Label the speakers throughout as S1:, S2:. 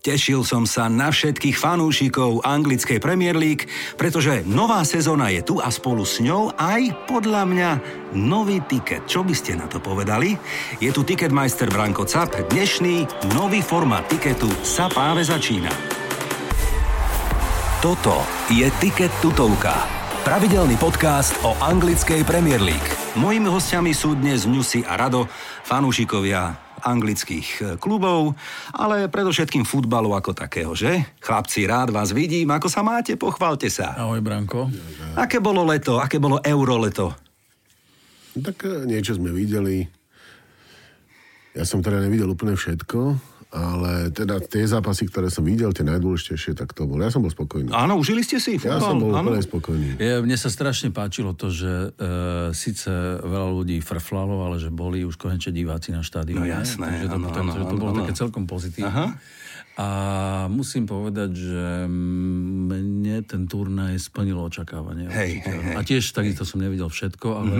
S1: Tešil som sa na všetkých fanúšikov anglickej Premier League, pretože nová sezóna je tu a spolu s ňou aj podľa mňa nový tiket. Čo by ste na to povedali? Je tu Ticketmeister Branko Cap, dnešný nový format tiketu sa práve začína. Toto je Ticket tutovka. Pravidelný podcast o anglickej Premier League. Mojimi hostiami sú dnes Ňusi a Rado, fanúšikovia anglických eh, klubov, ale predovšetkým futbalu ako takého, že? Chlapci, rád vás vidím. Ako sa máte? Pochválte sa.
S2: Ahoj, Branko.
S1: Aké bolo leto? Aké bolo euroleto?
S3: No Tak e, niečo sme videli. Ja som teda nevidel úplne všetko, ale teda tie zápasy, ktoré som videl, tie najdôležitejšie, tak to bolo. Ja som bol spokojný.
S1: Áno, užili ste si futbal?
S3: Ja som bol
S1: áno.
S3: úplne spokojný.
S2: Je, mne sa strašne páčilo to, že e, síce veľa ľudí frflalo, ale že boli už konečne diváci na štádiu.
S1: No jasné,
S2: takže to,
S1: áno, áno,
S2: takže to
S1: áno,
S2: bolo
S1: áno.
S2: také celkom pozitívne.
S1: Aha.
S2: A musím povedať, že mne ten turnaj splnilo očakávanie.
S1: Hej,
S2: určite.
S1: hej, hej.
S2: a tiež takisto som nevidel všetko, ale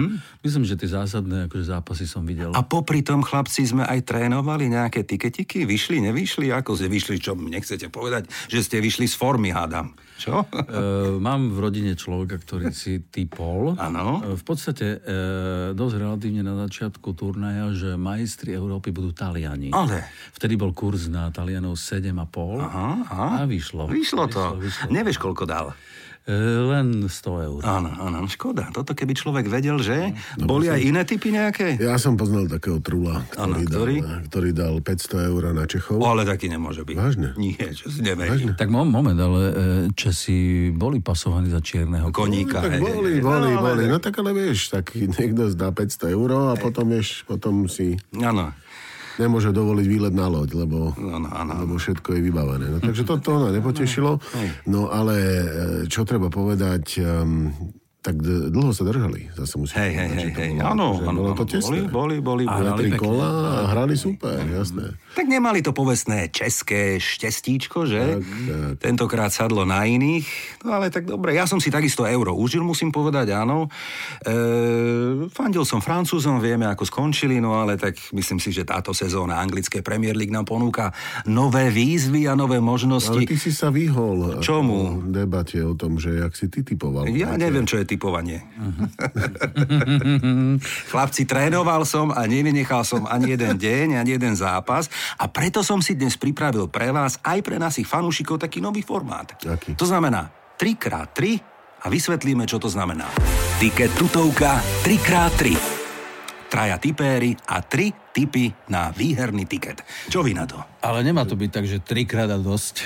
S2: myslím, že tie zásadné akože zápasy som videl.
S1: A popri tom, chlapci, sme aj trénovali nejaké tiketiky? Vyšli, nevyšli? Ako ste vyšli? Čo mi nechcete povedať? Že ste vyšli z formy, hádam. Čo?
S2: E, mám v rodine človeka, ktorý si typol.
S1: Áno.
S2: E, v podstate e, dosť relatívne na začiatku turnaja, že majstri Európy budú Taliani.
S1: Ale-
S2: Vtedy bol kurz na Talianov 7,5
S1: Aha, aha.
S2: a vyšlo.
S1: Vyšlo to.
S2: vyšlo.
S1: Nevieš, koľko dal?
S2: E, len 100 eur.
S1: Áno, áno, no škoda. Toto keby človek vedel, že? Boli aj iné typy nejaké?
S3: Ja som poznal takého trula,
S1: Áno,
S3: ktorý,
S1: ktorý?
S3: Dal, e, ktorý dal 500 eur na Čechov.
S1: O, ale taký nemôže byť.
S3: Vážne?
S1: Nie, čo si neverím.
S2: Tak mo- moment, ale e, Česi boli pasovaní za čierneho.
S1: Koníka. hej,
S3: tak
S1: hej, hej.
S3: boli, boli,
S1: No, ale-
S3: boli. No tak ale vieš, tak niekto zdá 500 eur a potom, vieš, potom si
S1: Áno,
S3: nemôže dovoliť výlet na loď, lebo,
S1: áno, áno.
S3: lebo všetko je vybavené. No, takže to, to ona nepotešilo. No ale e, čo treba povedať, um, tak d- dlho sa držali, zase musím
S1: Hej, hej, hej,
S3: povedať, že to
S1: hej.
S3: bolo-
S1: Áno,
S3: že
S1: áno,
S3: bolo to
S1: áno, boli,
S3: tesné.
S1: boli, boli,
S3: Boli
S1: boli.
S3: tri kola a hrali super, jasné.
S1: Tak nemali to povestné české štestíčko, že?
S3: Tak, tak.
S1: Tentokrát sadlo na iných. No ale tak dobre, ja som si takisto euro užil, musím povedať, áno. E, fandil som Francúzom, vieme, ako skončili, no ale tak myslím si, že táto sezóna anglické Premier League nám ponúka nové výzvy a nové
S3: Ale
S1: možnosti.
S3: ty si sa vyhol e,
S1: Čomu?
S3: v debate o tom, že jak si ty typoval.
S1: Ja neviem, čo je typovanie. Mhm. Chlapci, trénoval som a nevynechal som ani jeden deň, ani jeden zápas a preto som si dnes pripravil pre vás, aj pre našich fanúšikov, taký nový formát.
S3: Aký?
S1: To znamená 3x3 a vysvetlíme, čo to znamená. Tiket tutovka 3x3. Traja tipéry a tri tipy na výherný tiket. Čo vy na to?
S2: Ale nemá to byť tak, že trikrát a dosť.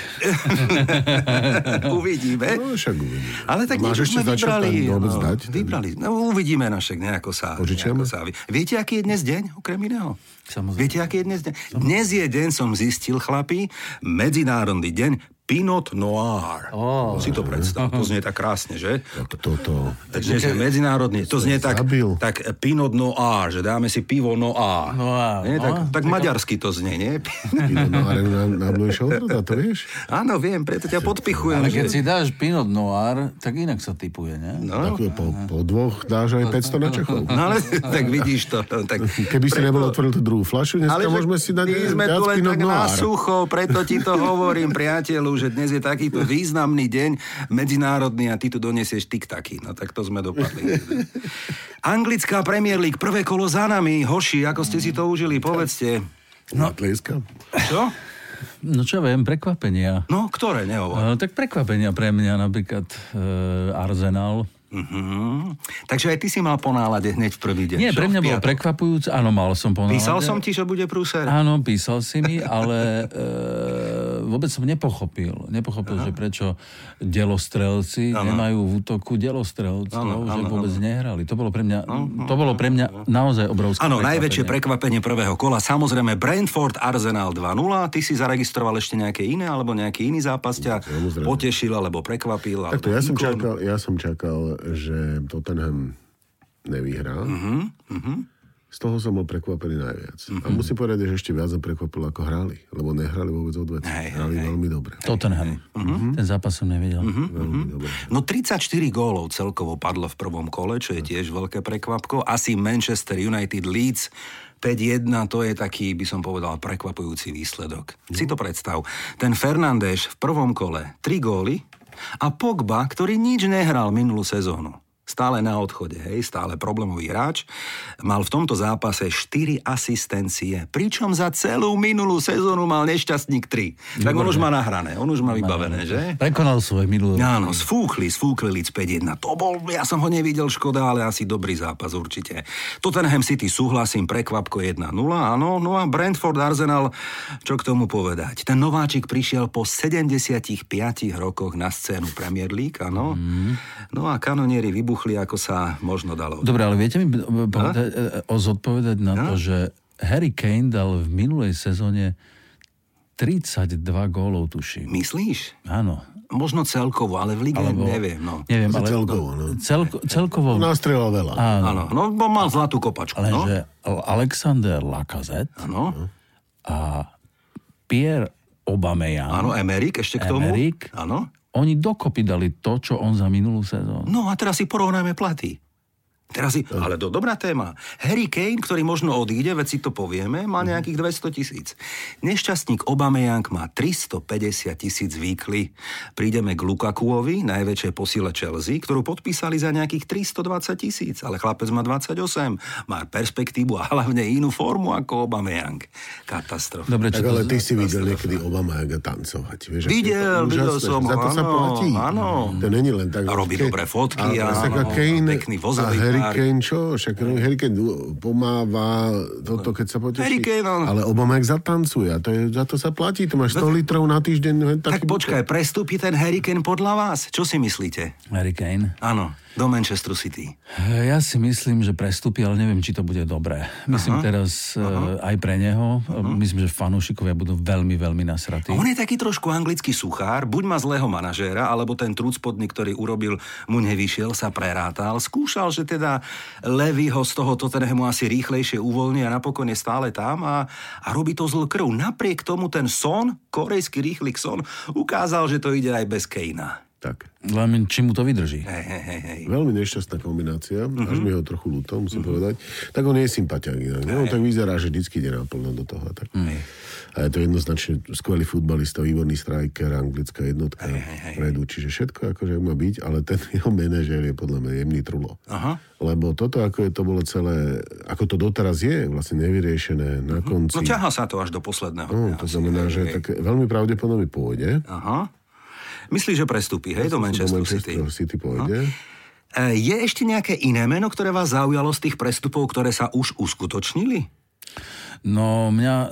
S1: Uvidíme.
S3: No, však uvidíme.
S1: Ale tak
S3: A máš
S1: niečo
S3: ešte
S1: sme
S3: za čo
S1: vybrali.
S3: tam vôbec dať?
S1: vybrali. No uvidíme našek, nejako sa,
S3: Požičiame?
S1: nejako sa. vy- Viete, aký je dnes deň, okrem iného?
S2: Samozrejme.
S1: Viete, aký je dnes deň? Dnes je deň, som zistil, chlapi, medzinárodný deň Pinot Noir.
S2: Ó.
S1: Si to predstav, to znie tak krásne, že?
S3: Tak toto.
S1: Takže dnes je medzinárodný, to znie tak,
S3: zabil.
S1: tak eh, Pinot Noir, že dáme si pivo Noir.
S2: Noir,
S1: Nie, tak,
S2: no.
S1: tak maďarsky to znie, nie?
S3: Idem na arenu na, na Blue Shoulder, to vieš?
S1: Áno, viem, preto ťa podpichujem.
S2: Ale
S1: že-
S2: keď si dáš Pinot Noir, tak inak sa typuje, ne?
S1: No.
S3: Tak po, po dvoch dáš aj 500 na Čechov.
S1: No ale tak vidíš to. no, Tak
S3: Keby si nebol otvoril tú druhú flašu,
S1: že
S3: dneska môžeme si dať
S1: my sme
S3: viac
S1: tu len
S3: Pinot
S1: tak na
S3: Noir.
S1: sucho, preto ti to hovorím, priateľu, že dnes je takýto významný deň medzinárodný a ty tu donesieš tiktaky. No tak to sme dopadli. Anglická Premier League, prvé kolo za nami. Hoši, ako ste si to užili, povedzte.
S3: No. Tlieskam.
S1: Čo?
S2: No čo viem, prekvapenia.
S1: No, ktoré nehovor.
S2: E, tak prekvapenia pre mňa napríklad e, Arsenal.
S1: Mhm. Takže aj ty si mal ponáľade hneď v prvý deň.
S2: Nie,
S1: čo?
S2: pre mňa
S1: V
S2: bolo
S1: piatok?
S2: prekvapujúce. Áno, mal som ponáhľať.
S1: Písal som ti, že bude prúser.
S2: Áno, písal si mi, ale e, vôbec som nepochopil. Nepochopil, že prečo delostrelci nemajú v útoku delostrelcov,
S1: Áno,
S2: že
S1: áno,
S2: vôbec nehrali. To bolo pre mňa, to bolo pre mňa naozaj obrovské
S1: Áno, najväčšie prekvapenie prvého kola, samozrejme Brentford Arsenal 2-0. Ty si zaregistroval ešte nejaké iné alebo nejaký iný zápas ťa
S3: Samozrejme.
S1: potešil alebo prekvapil. Alebo
S3: Takto, ja som,
S1: výkon.
S3: čakal, ja som čakal, že Tottenham nevyhrá.
S1: Mhm.
S3: Mm-hmm. Z toho som bol prekvapený najviac. Mm-hmm.
S1: Mhm.
S3: A musím povedať, že ešte viac som prekvapil, ako hrali. Lebo nehrali vôbec odveci.
S1: Hej, hej,
S3: Hrali veľmi dobre.
S2: Tottenham.
S1: Mhm.
S2: Ten zápas som nevedel.
S3: Veľmi dobre.
S1: No 34 gólov celkovo padlo v prvom kole, čo je tiež veľké prekvapko. Asi Manchester United Leeds 5-1 to je taký, by som povedal, prekvapujúci výsledok. Si to predstav. Ten Fernández v prvom kole 3 góly a Pogba, ktorý nič nehral minulú sezónu. Stále na odchode, hej, stále problémový hráč. Mal v tomto zápase 4 asistencie, pričom za celú minulú sezónu mal nešťastník 3. Tak on už má nahrané, on už má vybavené, že?
S2: Prekonal svoje minulé.
S1: Áno, sfúkli, sfúkli Leeds 5-1. To bol, ja som ho nevidel, škoda, ale asi dobrý zápas určite. Tottenham City súhlasím, prekvapko 1-0, áno, no a Brentford Arsenal, čo k tomu povedať? Ten nováčik prišiel po 75 rokoch na scénu Premier League, áno. No a kanonieri vybuchli, ako sa možno dalo.
S2: Dobre, ale viete mi povedať, e, o zodpovedať na to, že Harry Kane dal v minulej sezóne 32 gólov, tuším.
S1: Myslíš?
S2: Áno.
S1: Možno celkovo, ale v lige neviem, no.
S2: Neviem, ale...
S3: celkovo, no.
S2: Celko, celkovo...
S3: Nastrelal veľa.
S1: Áno, no bo mal zlatú kopačku, no.
S2: Lenže Alexander Lacazette
S1: Áno,
S2: a Pierre Aubameyang,
S1: áno, Emerik ešte k tomu.
S2: Emerik.
S1: Áno.
S2: oni dokopy dali to, čo on za minulú sezónu.
S1: No a teraz si porovnajme platy. Teraz si,
S3: Hm.
S1: ale to dobrá téma. Harry Kane, ktorý možno odíde, veď si to povieme,
S3: Hm.
S1: má nejakých 200 tisíc. Nešťastník Obameyang má 350 tisíc výkly. Prídeme k Lukakuovi, najväčšej posile Chelsea, ktorú podpísali za nejakých 320 tisíc, ale chlapec má 28, má perspektívu a hlavne inú formu ako Obameyang. Katastrofa.
S2: Dobre,
S3: Tak
S2: čo
S3: ale
S2: to...
S3: ty si videl niekedy Obama Jaga tancovať. Vieš, aké je to
S1: Videl, videl
S3: úžasné,
S1: som
S3: že Za to sa
S1: áno,
S3: platí.
S1: áno.
S3: To není len tak.
S1: A robí
S3: že-
S1: dobré fotky,
S3: A,
S1: áno,
S3: však a Kane,
S1: pekný
S3: a
S1: vozový
S3: Harry
S1: park.
S3: Kane čo? Však Harry Kane pomáva toto, keď sa poteší.
S1: Harry Kane, áno.
S3: Ale Obama Jak zatancuje. A to je, za to sa platí. To máš 100 litrov na týždeň. len
S1: Tak
S3: Taký
S1: počkaj, prestúpi ten Harry Kane podľa vás? Čo si myslíte?
S2: Harry Kane.
S1: Áno, do Manchester City.
S2: Eh, Ja si myslím, že prestúpi, ale neviem, či to bude dobré. Myslím teraz aha. aj pre neho. Myslím, že fanúšikovia budú veľmi, veľmi nasratí.
S1: On je taký trošku anglický suchár, buď má zlého manažéra, alebo ten trúcpodný, ktorý urobil, mu nevyšiel, sa prerátal. Skúšal, že teda Levy ho z toho Tottenhamu asi rýchlejšie uvoľní a napokon je stále tam a, a robí to zl krv. Napriek tomu ten Son, korejský rýchlik Son, ukázal, že to ide aj bez Kejna.
S3: Tak.
S2: Len či mu to vydrží.
S1: Hej, hej, hej, hej.
S3: Veľmi nešťastná kombinácia, mm-hmm.
S1: Mhm.
S3: až mi ho trochu ľúto, musím mm-hmm. povedať. Tak on nie je sympatiak inak. No, tak vyzerá, že vždycky ide naplno do toho. a Tak. Mm-hmm. A je to jednoznačne skvelý futbalista, výborný striker, anglická jednotka, predu, čiže všetko akože má byť, ale ten jeho manažér je podľa mňa jemný trulo.
S1: Aha.
S3: Lebo toto, ako je to bolo celé, ako to doteraz je, vlastne nevyriešené na konci.
S1: No ťahá sa to až do posledného.
S3: no,
S1: dňa
S3: to
S1: asi,
S3: znamená,
S1: hej,
S3: že
S1: hej.
S3: tak veľmi pravdepodobne pôjde.
S1: Aha. Myslíš, že prestúpi, hej, do Manchester City? No.
S3: City pôjde. No,
S1: E, Je ešte nejaké iné meno, ktoré vás zaujalo z tých prestupov, ktoré sa už uskutočnili?
S2: No, mňa e,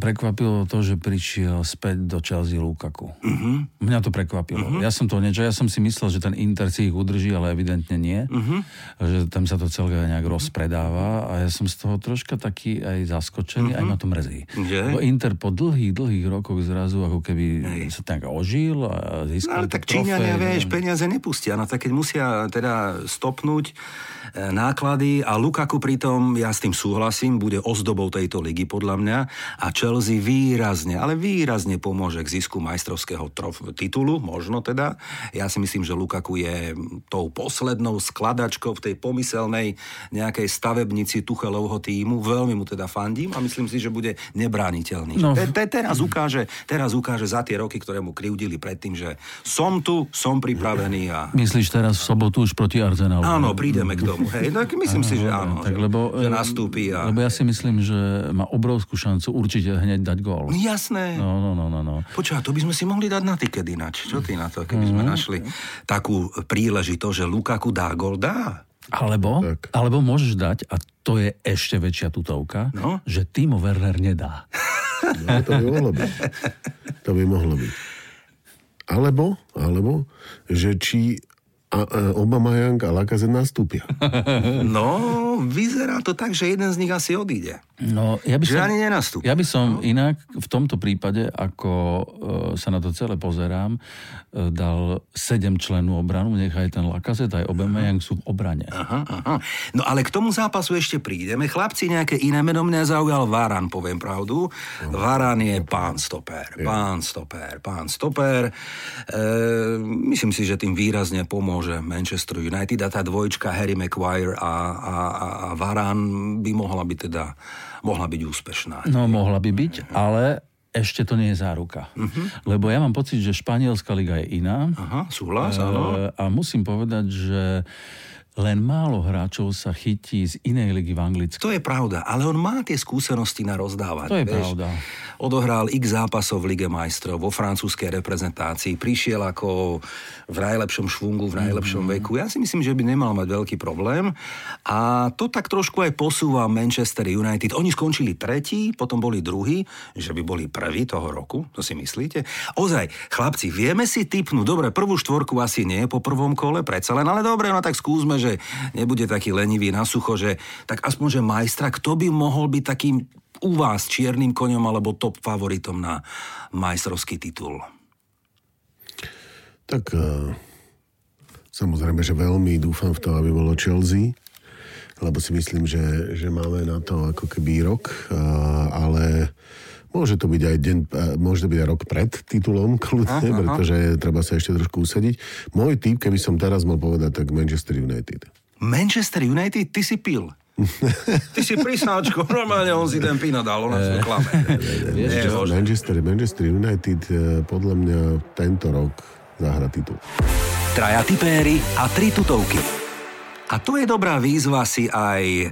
S2: prekvapilo to, že prišiel späť do Chelsea Lukaku. Uh-huh.
S1: Mhm.
S2: Mňa to prekvapilo. Uh-huh. Ja som to niečo, ja som si myslel, že ten Inter si ich udrží, ale evidentne nie.
S1: Mhm.
S2: Uh-huh. Že tam sa to celé nejak rozpredáva a ja som z toho troška taký aj zaskočený, uh-huh. aj ma to mrzí.
S1: Mhm. Že?
S2: Lebo Inter po dlhých, dlhých rokoch zrazu ako keby sa tak ožil
S1: No,
S2: a
S1: ale
S2: získal tú
S1: tak Číňania,
S2: trofej.
S1: vieš, peniaze nepustia. No tak keď musia teda stopnúť e, náklady a Lukaku pritom, ja s tým súhlasím, bude ozdobou tejto ligy podľa mňa a Chelsea výrazne, ale výrazne pomôže k zisku majstrovského trof- titulu, možno teda. Ja si myslím, že Lukaku je tou poslednou skladačkou v tej pomyselnej nejakej stavebnici Tuchelovho týmu. Veľmi mu teda fandím a myslím si, že bude nebrániteľný.
S2: No.
S1: Te- te- teraz, ukáže, teraz ukáže za tie roky, ktoré mu krivdili predtým, že som tu, som pripravený a...
S2: Myslíš teraz v sobotu už proti Arsenalu?
S1: Áno, prídeme k tomu. Hej, tak myslím si, že áno.
S2: tak
S1: že,
S2: lebo,
S1: že
S2: e,
S1: nastúpi a...
S2: Lebo ja si myslím, že má obrovskú šancu určite hneď dať gól.
S1: Jasné.
S2: No, no, no, no, no.
S1: Počúva, to by sme si mohli dať na tiket ináč. Čo ty na to, keby
S2: Mhm.
S1: sme našli takú príležitosť, že Lukaku dá gol, dá.
S2: Alebo,
S3: Tak.
S2: alebo môžeš dať, a to je ešte väčšia tutovka,
S1: No.
S2: že Timo Werner nedá.
S3: No, to by mohlo byť. To by mohlo byť. Alebo, alebo, že či a, a Obama Young a Lacazette nastúpia.
S1: No, vyzerá to tak, že jeden z nich asi odíde.
S2: No, ja by
S1: Že
S2: som,
S1: ani nenastúpi.
S2: ja by som inak v tomto prípade, ako e, sa na to celé pozerám, e, dal sedem členú obranu, nechaj ten Lakazet aj Obemejang sú v obrane.
S1: Aha, aha. No ale k tomu zápasu ešte prídeme. Chlapci, nejaké iné meno mňa zaujal Varan, poviem pravdu. Varan je pán stoper, pán stoper, pán stoper. E, myslím si, že tým výrazne pomôže Manchester United a tá dvojčka Harry Maguire a, a, a a, a Varán by mohla byť teda, mohla byť úspešná.
S2: No mohla by byť, ale ešte to nie je záruka. Uh-huh. Lebo ja mám pocit, že španielská liga je iná.
S1: Aha, súhlas, áno.
S2: E, A musím povedať, že len málo hráčov sa chytí z inej ligy v Anglicku.
S1: To je pravda, ale on má tie skúsenosti na rozdávať.
S2: To je
S1: vieš.
S2: pravda.
S1: Odohral x zápasov v Lige majstrov, vo francúzskej reprezentácii, prišiel ako v najlepšom švungu, v
S2: Mhm.
S1: najlepšom veku. Ja si myslím, že by nemal mať veľký problém. A to tak trošku aj posúva Manchester United. Oni skončili tretí, potom boli druhí, že by boli prví toho roku, to si myslíte? Ozaj, chlapci, vieme si typnúť, dobre, prvú štvorku asi nie po prvom kole, predsa len, ale dobre, no tak skúsme, že nebude taký lenivý na sucho, že tak aspoň, že majstra, kto by mohol byť takým u vás čiernym koňom alebo top favoritom na majstrovský titul?
S3: Tak eh, samozrejme, že veľmi dúfam v to, aby bolo Chelsea, lebo si myslím, že, že máme na to ako keby rok, eh, ale môže to byť aj deň, eh, môže to byť aj rok pred titulom kľudne, pretože treba sa ešte trošku usadiť. Môj typ, keby som teraz mal povedať, tak Manchester United.
S1: Manchester United, ty si pil. Ty si prisáčko, normálne on si ten pino dal, ona si klame.
S2: Vieš
S1: Nie,
S2: čo?
S1: možno.
S3: Manchester, Manchester United eh, podľa mňa tento rok zahra titul.
S1: Traja tipéry a tri tutovky. A to je dobrá výzva si aj e,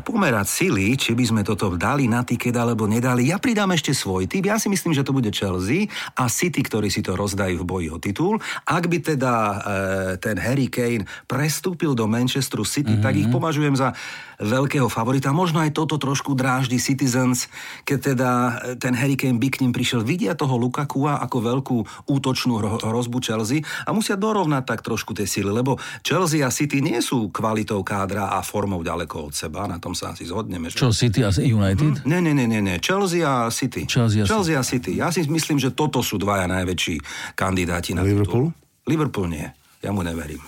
S1: pomerať sily, či by sme toto dali na tiket alebo nedali. Ja pridám ešte svoj typ. Ja si myslím, že to bude Chelsea a City, ktorí si to rozdajú v boji o titul. Ak by teda e, ten Harry Kane prestúpil do Manchesteru City, mm-hmm. tak ich považujem za veľkého favorita. Možno aj toto trošku dráždi Citizens, keď teda e, ten Harry Kane by k ním prišiel. Vidia toho Lukakua ako veľkú útočnú hro- hrozbu Chelsea a musia dorovnať tak trošku tie sily, lebo Chelsea a City nie sú kvalitou kádra a formou ďaleko od seba, na tom sa asi zhodneme. že-
S2: Čo, City a United?
S1: Nie, nie, nie, nie, nie. Chelsea a City.
S2: Chelsea a
S1: Chelsea a City. Ja si myslím, že toto sú dvaja najväčší kandidáti na
S3: Liverpool?
S1: titul. Liverpool nie. Ja mu neverím.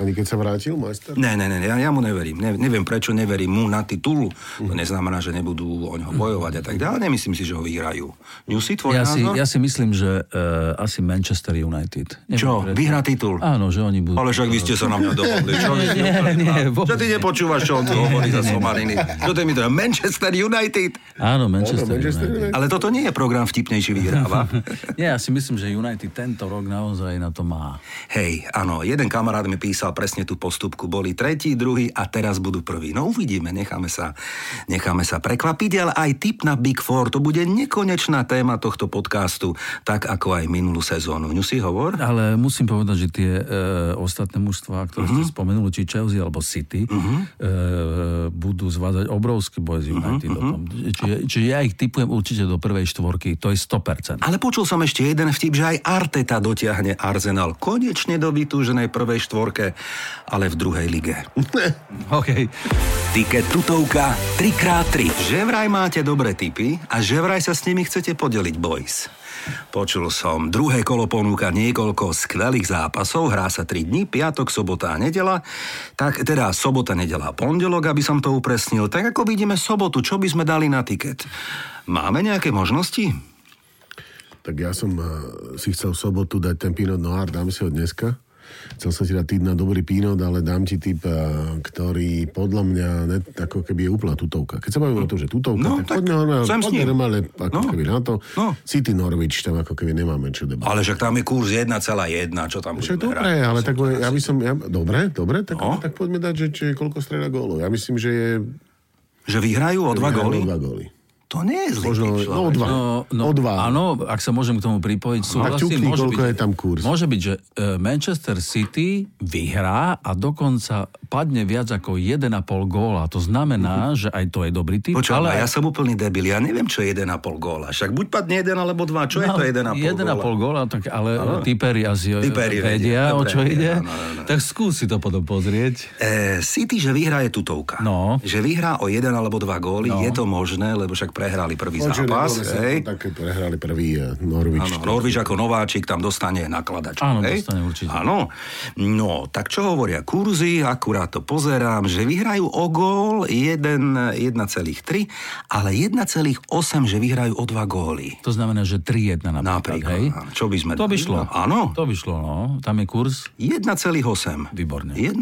S3: Ani keď sa vrátil, majster?
S1: Ne, ne, ne, ja, ja mu neverím. Ne, neviem, prečo neverím mu na titul. To
S2: Mhm.
S1: neznamená, že nebudú o ňoho bojovať a tak ďalej. Nemyslím si, že ho vyhrajú. Newsy, tvoj
S2: Ja si,
S1: názor?
S2: ja si myslím, že uh, asi Manchester United. Neviem
S1: Čo,
S2: prečo.
S1: vyhrá titul?
S2: Áno, že oni budú...
S1: Ale však vy ste sa na mňa dohodli. Čo, vy ste
S2: Nie,
S1: úplne
S2: nie,
S1: dva.
S2: vôbec
S1: čo ty
S2: nie.
S1: nepočúvaš, čo on tu hovorí za somariny? Čo ty mi to Manchester United.
S2: Áno, Manchester,
S3: Áno, Manchester
S2: United.
S1: Ale toto nie je program vtipnejší vyhráva.
S2: Nie, ja si myslím, že United tento rok naozaj na to má.
S1: Hej, áno, jeden kamarát mi písal presne tú postupku. Boli tretí, druhý a teraz budú prví. No uvidíme, necháme sa, necháme sa prekvapiť, ale aj tip na Big Four, to bude nekonečná téma tohto podcastu, tak ako aj minulú sezónu. Ňu si hovor?
S2: Ale musím povedať, že tie e, ostatné mužstvá, ktoré uh-huh. ste spomenuli, či Chelsea alebo City, uh-huh. e, budú zvládať obrovský boj s United. Uh-huh. Tom. Čiže, čiže ja ich typujem určite do prvej štvorky, to je 100%.
S1: Ale počul som ešte jeden vtip, že aj Arteta dotiahne Arsenal konečne do vytúženej prvej štvorke, ale v druhej lige.
S2: OK.
S1: Tiket tutovka 3x3. Že vraj máte dobré tipy a že vraj sa s nimi chcete podeliť, boys. Počul som, druhé kolo ponúka niekoľko skvelých zápasov, hrá sa 3 dní, piatok, sobota a nedela, tak teda sobota, nedela a pondelok, aby som to upresnil. Tak ako vidíme sobotu, čo by sme dali na tiket? Máme nejaké možnosti?
S3: Tak ja som eh, si chcel v sobotu dať ten Pinot Noir, dám si ho dneska. Chcel som ti dať tip na dobrý Pinot, ale dám ti tip, eh, ktorý podľa mňa ne, ako keby je úplná tutovka. Keď sa bavíme o tom, že tutovka,
S1: No,
S3: tak,
S1: tak
S3: poďme normálne,
S1: sem s
S3: poďme
S1: ním.
S3: normálne ako
S1: No.
S3: keby na to.
S1: No.
S3: City Norwich, tam ako keby nemáme čo debatovať.
S1: Ale že tam je kurz 1,1, čo tam
S3: Čo je
S1: budeme
S3: dobré,
S1: hrať?
S3: ale tak ja by som... Ja, dobre, dobre, tak,
S1: No.
S3: tak poďme dať, že či je koľko streda gólov. Ja myslím, že je...
S1: Že vyhrajú o dva góly?
S3: O dva góly.
S1: To nie je zlý
S3: Možno,
S1: typ,
S3: no o
S1: človek.
S3: dva.
S2: No, no,
S3: o dva.
S2: Áno, ak sa môžem k tomu pripojiť, súhlasím.
S3: ťukni,
S2: môže
S3: koľko
S2: byť,
S3: je tam kurz.
S2: Môže byť, že e, Manchester City vyhrá a dokonca padne viac ako 1,5 góla. To
S3: Mhm.
S2: znamená, že aj to je dobrý typ.
S1: Počúvaj, ale...
S2: ale
S1: No ja som úplný debil, ja neviem, čo je 1,5 góla. Však buď padne 1 alebo 2, čo je
S2: No,
S1: to 1,5 góla?
S2: 1,5 góla, tak ale typeri asi
S1: Tiperi vedia,
S2: vedia, o
S1: dobre,
S2: čo ide.
S1: áno, áno, áno.
S2: Tak skúsi to potom pozrieť.
S1: E, City, že vyhrá je tutovka.
S2: No.
S1: Že vyhrá o 1 alebo 2 góly, no. je to možné, lebo však prehrali prvý
S3: Oče,
S1: zápas.
S3: neboli sa
S1: Hej.
S3: tam Také prehrali prvý eh, Norwich.
S1: Áno, Norvič ako nováčik tam dostane nakladačku.
S2: Áno,
S1: hej?
S2: dostane určite.
S1: Áno. No, tak čo hovoria kurzy, akurát to pozerám, že vyhrajú o gól 1,3, ale 1,8, že vyhrajú o dva góly.
S2: To znamená, že 3-1 napríklad,
S1: Napríklad,
S2: hej?
S1: áno. čo by sme...
S2: To by šlo.
S1: No, Áno,
S2: To by šlo, no. Tam je kurz.
S1: 1,8.
S2: Výborne.
S1: 1,8.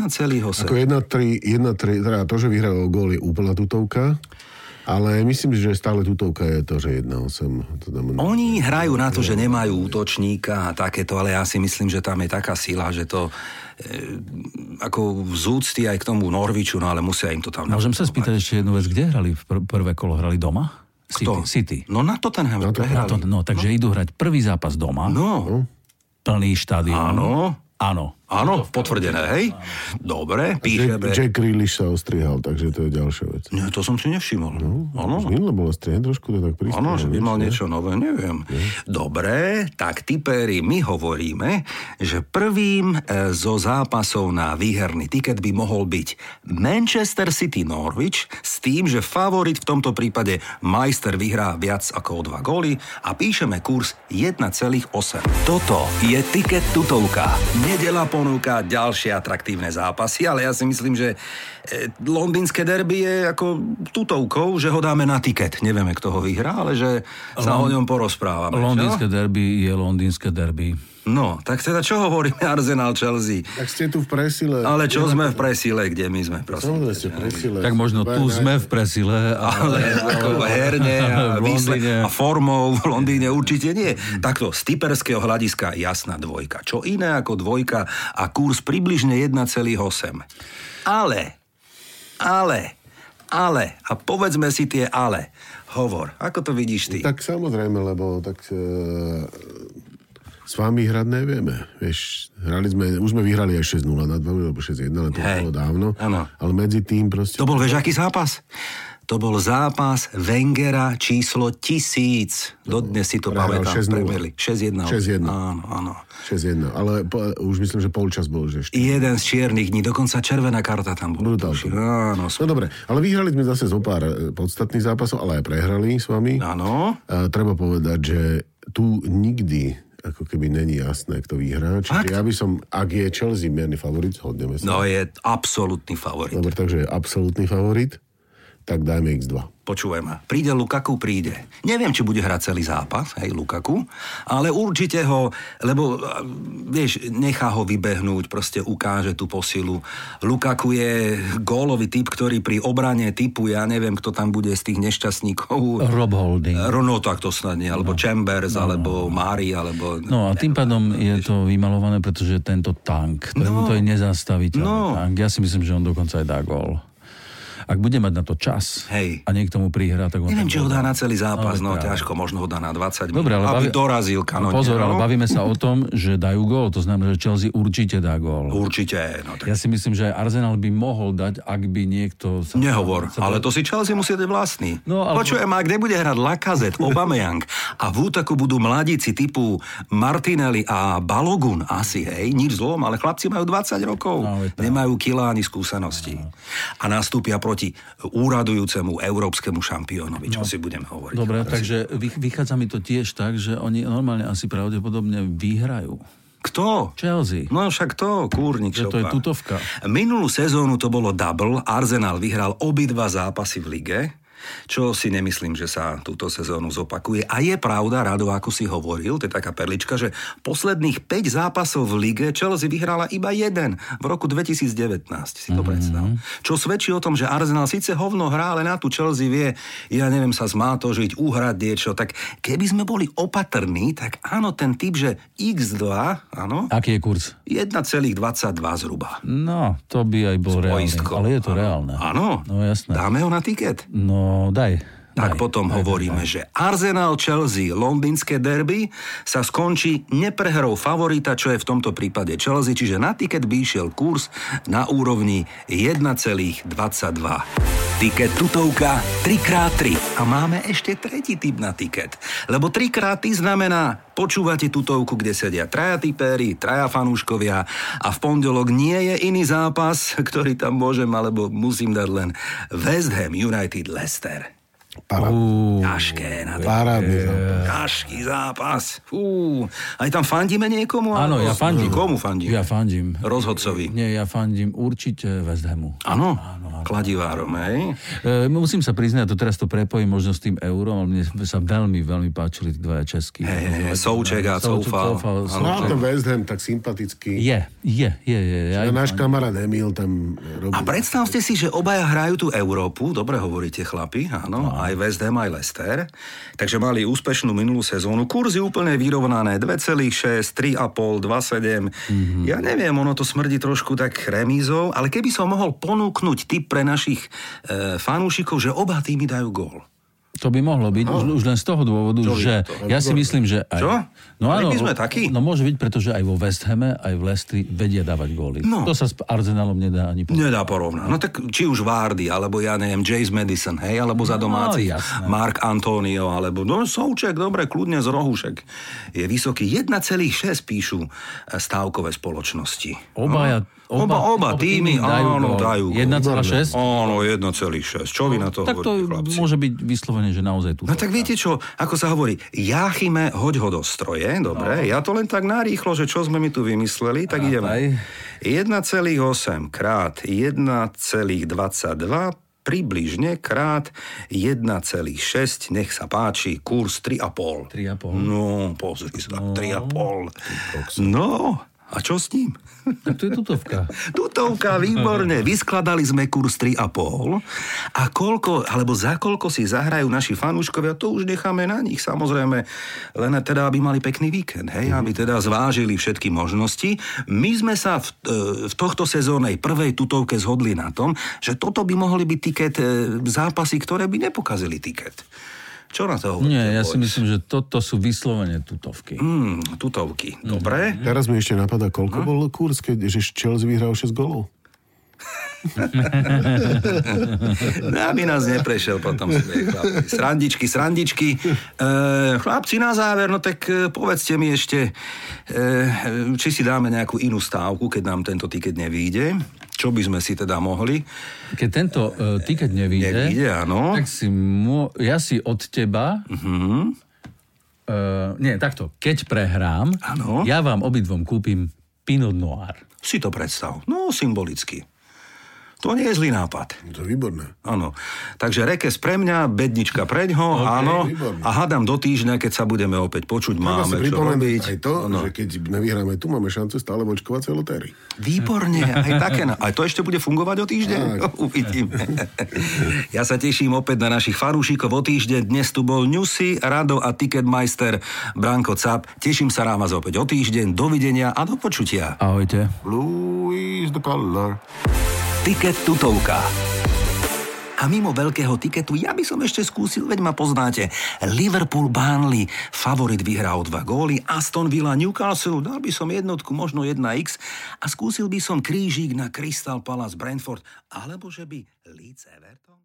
S3: Ako 1-3, 1-3, teda to, že vyhral o gól je úplná tutovka, ale myslím si, že stále tutovka je to, že 1-8. To znamená,
S1: Oni hrajú na to, že nemajú útočníka a takéto, ale ja si myslím, že tam je taká sila, že to e, ako z úcty aj k tomu Norviču, no ale musia im to tam...
S2: Môžem sa spýtať ešte jednu vec, kde hrali v pr- prvé kolo? Hrali doma? City.
S1: To.
S2: City.
S1: No na Tottenham na to,
S2: Na
S1: prehrali.
S2: to, no, takže idú hrať prvý zápas doma,
S1: No,
S2: plný štadión.
S1: áno,
S2: Áno.
S1: áno, potvrdené, hej? Dobre,
S3: Jack,
S1: píšeme.
S3: Jack Grealish sa ostrihal, takže to je ďalšia vec.
S1: Nie, to som si nevšimol. Áno,
S3: Už minule bolo strihať trošku, to tak prísne.
S1: áno, že by mal niečo nové, neviem. Dobre, tak tipéri, my hovoríme, že prvým e, zo zápasov na výherný tiket by mohol byť Manchester City Norwich s tým, že favorit v tomto prípade majster vyhrá viac ako o dva góly a píšeme kurz 1,8. Toto je Tiket Tutovka. Nedela ponúka ďalšie atraktívne zápasy, ale ja si myslím, že e, londýnske derby je ako tutovkou, že ho dáme na tiket. Nevieme, kto ho vyhrá, ale že sa o ňom porozprávame. čo?
S2: Londýnske derby je londýnske derby.
S1: No, tak teda čo hovoríme Arsenal Chelsea?
S3: Tak ste tu v presile.
S1: Ale čo sme v presile, kde my sme, prosím.
S3: Samozrejme ste v presile.
S2: Tak možno tu sme v presile, ale...
S1: Ale ako herne a,
S2: V
S1: výsle-
S2: Londýne.
S1: a formou v Londýne určite nie. Takto, z typerského hľadiska jasná dvojka. Čo iné ako dvojka a kurz približne 1,8. Ale, ale, ale, a povedzme si tie ale. Hovor, ako to vidíš ty?
S3: Tak samozrejme, lebo tak e, s vami hrať nevieme. Vieš, hrali sme, už sme vyhrali aj 6-0 nad vami, alebo 6-1, ale to
S1: Hej.
S3: bolo dávno.
S1: Áno.
S3: Ale medzi tým proste...
S1: To bol, vieš, aký zápas? To bol zápas Wengera číslo tisíc. Dodnes si to
S3: Prehral
S1: pamätám.
S3: 6:0.
S1: 6-1.
S3: 6:1.
S1: Áno, áno.
S3: 6-1, ale po, už myslím, že polčas bol, že ešte.
S1: Jeden z čiernych dní, dokonca červená karta tam bola.
S3: Brutál to
S1: tuším.
S3: bol.
S1: Áno,
S3: No dobre, ale vyhrali sme zase zo pár e, podstatných zápasov, ale aj prehrali s vami.
S1: Áno.
S3: A treba povedať, že tu nikdy ako keby není jasné, kto vyhrá. Čiže
S1: Fakt?
S3: ja by som, ak je Chelsea mierny favorit, hodneme sa.
S1: No je absolútny favorit.
S3: Dobre, takže absolútny favorit, tak dajme x2.
S1: Počúvaj ma. Príde Lukaku, príde. Neviem, či bude hrať celý zápas, hej, Lukaku, ale určite ho, lebo, a, vieš, nechá ho vybehnúť, proste ukáže tú posilu. Lukaku je gólový typ, ktorý pri obrane typu, ja neviem, kto tam bude z tých nešťastníkov.
S2: Rob Holding.
S1: Rono takto snadne, alebo Chambers, alebo Mari, alebo...
S2: No a tým pádom je to vymalované, pretože tento tank, to, no. to je nezastaviteľný
S1: No.
S2: no. tank. Ja si myslím, že on dokonca aj dá gól. Ak bude mať na to čas
S1: Hej.
S2: a niekto mu prihrá, tak on...
S1: Neviem, či
S2: ten gól
S1: ho dá na celý zápas, no,
S2: No, veď práve.
S1: ťažko, možno ho dá na 20 minút,
S2: Dobre, ale
S1: aby
S2: bavi-
S1: dorazil kanone.
S2: Pozor,
S1: no?
S2: ale bavíme sa o tom, že dajú gól. To znamená, že Chelsea určite dá gól.
S1: Určite, no tak
S2: Ja si myslím, že aj Arsenal by mohol dať, ak by niekto... Sa...
S1: Nehovor, ale to si Chelsea musí dať vlastný. No,
S2: No,
S1: ale...
S2: ale-
S1: Počujem, a kde bude hrať Lacazette, Aubameyang a v útoku budú mladíci typu Martinelli a Balogun asi, hej, nič zlom, ale chlapci majú 20 rokov,
S2: No, veď tak.
S1: nemajú kilá ani skúsenosti. A nastúpia proti úradujúcemu európskemu šampiónovi,
S2: No.
S1: čo si budeme hovoriť.
S2: Dobre, takže vych- vychádza mi to tiež tak, že oni normálne asi pravdepodobne vyhrajú.
S1: Kto?
S2: Chelsea.
S1: No však to, kúrnik
S2: Že to je
S1: šopa.
S2: tutovka.
S1: Minulú sezónu to bolo double, Arsenal vyhral obidva zápasy v lige, čo si nemyslím, že sa túto sezónu zopakuje. A je pravda, Rado, ako si hovoril, to je taká perlička, že posledných 5 zápasov v lige Chelsea vyhrala iba jeden v roku 2019, si
S2: Mhm.
S1: to predstav. Čo svedčí o tom, že Arsenal síce hovno hrá, ale na tú Chelsea vie, ja neviem, sa zmátožiť, uhrať niečo. Tak keby sme boli opatrní, tak áno, ten typ, že x2, áno,
S2: Aký je kurz?
S1: 1,22 zhruba.
S2: No, to by aj bol reálny.
S1: poistkou.
S2: Ale je to reálne.
S1: Áno,
S2: No jasné.
S1: dáme ho na tiket.
S2: No, daj.
S1: Tak
S2: daj.
S1: potom hovoríme, že Arsenal Chelsea londýnske derby sa skončí neprehrou favorita, čo je v tomto prípade Chelsea, čiže na tiket by išiel kurz na úrovni 1,22. Tiket tutovka 3x3 a máme ešte tretí typ na tiket, lebo 3x3 znamená Počúvate tutovku, kde sedia traja typéri, traja fanúškovia a v pondelok nie je iný zápas, ktorý tam môžem alebo musím dať len West Ham United Leicester.
S3: Parádny,
S1: Ťažké na to.
S3: parádny
S2: E.
S3: zápas.
S1: Ťažký zápas. Fú. Aj tam fandíme niekomu?
S2: Áno,
S1: alebo-
S2: ja fandím.
S1: Komu fandíme?
S2: Ja fandím.
S1: Rozhodcovi.
S2: Nie, ja fandím určite West Hamu.
S1: Áno, kladivárom, hej?
S2: E, musím sa priznať, to teraz to prepojím možno s tým eurom, ale mne sa veľmi, veľmi páčili tí dvaja českí.
S1: hej, Souček a Coufal.
S3: No a ten West Ham tak sympatický.
S2: Je, je, je, je. je.
S3: A
S2: Aj,
S3: náš kamarát Emil tam robí.
S1: A predstavte si, že obaja hrajú tú Európu, dobre hovoríte chlapi, áno, aj West Ham, aj Leicester, takže mali úspešnú minulú sezónu, kurzy úplne vyrovnané, 2,6, 3,5, 2,7,
S2: Mhm.
S1: ja neviem, ono to smrdí trošku tak remízou, ale keby som mohol ponúknuť tip pre našich e, fanúšikov, že oba týmy dajú gól.
S2: to by mohlo byť, už, už len z toho dôvodu,
S1: Čo je
S2: že
S1: to?
S2: ja si myslím, že aj...
S1: Čo?
S2: No
S1: Ale
S2: áno,
S1: my sme takí.
S2: No môže byť, pretože aj vo West Hame, aj v Lestri vedia dávať góly.
S1: No.
S2: To sa s Arsenalom nedá ani povedať.
S1: Nedá porovnať. No tak či už Vardy, alebo ja neviem, Jace Madison, hej, alebo za domáci no,
S2: jasné.
S1: Mark Antonio, alebo no Souček, dobre, kľudne z Rohušek. Je vysoký, 1,6 píšu e, stávkové spoločnosti.
S2: Obaja,
S1: No. Oba, oba, týmy, áno,
S2: gól.
S1: dajú. gól.
S2: 1,6?
S1: Áno, 1,6. Čo vy na No, to
S2: Tak to
S1: hovoríte, chlapci?
S2: môže byť vyslovene, že naozaj tu.
S1: No tak viete čo, ako sa hovorí, Jáchyme, hoď ho do stroje, dobre, ja to len tak narýchlo, že čo sme mi tu vymysleli, tak
S2: aj.
S1: ideme. 1,8 krát 1,22 približne krát 1,6, nech sa páči, kurz 3,5.
S2: 3,5.
S1: No, pozri sa, 3,5. No, a čo s ním?
S2: Tak to je tutovka.
S1: Tutovka, výborne. Vyskladali sme kurz 3,5 a koľko, alebo za koľko si zahrajú naši fanúškovia, to už necháme na nich, samozrejme. Len teda, aby mali pekný víkend,
S2: Mhm.
S1: hej, aby teda zvážili všetky možnosti. My sme sa v, e, v tohto sezónej prvej tutovke zhodli na tom, že toto by mohli byť tiket, e, zápasy, ktoré by nepokazili tiket. Čo na to hovoríte?
S2: Nie, ja si
S1: boys?
S2: myslím, že toto sú vyslovene tutovky.
S1: Hmm, tutovky,
S2: Mhm,
S1: dobre?
S3: Teraz mi ešte napadá, koľko bol kurz, keď že Chelsea vyhral 6 golov?
S1: No, aby nás neprešiel potom. smiech, chlapci. Srandičky, srandičky. E, chlapci, na záver, no tak e, povedzte mi ešte, e, či si dáme nejakú inú stávku, keď nám tento tiket nevíde. Čo by sme si teda mohli?
S2: Keď tento uh, tiket nevíde,
S1: Nevíde, áno.
S2: tak si mô, ja si od teba... Uh-huh.
S1: Mhm.
S2: Uh, nie, takto. Keď prehrám,
S1: Áno.
S2: ja vám obidvom kúpim Pinot Noir.
S1: Si to predstav. No, symbolicky. To nie je zlý nápad.
S3: To je výborné.
S1: Áno. Takže rekes pre mňa, bednička preň ho, áno.
S3: výborne.
S1: A hádam do týždňa, keď sa budeme opäť počuť,
S3: Treba
S1: máme
S3: si
S1: čo
S3: pripomenúť
S1: robiť.
S3: aj to, že keď nevyhráme tu, máme šancu stále vočkovať lotéry.
S1: Výborne, aj také. na- Aj to ešte bude fungovať o týždeň?
S3: Tak.
S1: Uvidíme. Ja sa teším opäť na našich farúšikov o týždeň. Dnes tu bol Newsy, Rado a Ticketmeister Branko Cap. Teším sa na vás opäť o týždeň. Dovidenia a do počutia.
S2: Ahojte.
S3: Blue is the color.
S1: Tiket tutovka. A mimo veľkého tiketu, ja by som ešte skúsil, veď ma poznáte, Liverpool Burnley, favorit vyhrá o dva góly, Aston Villa Newcastle, dal by som jednotku, možno 1x a skúsil by som krížik na Crystal Palace Brentford, alebo že by Leeds Everton.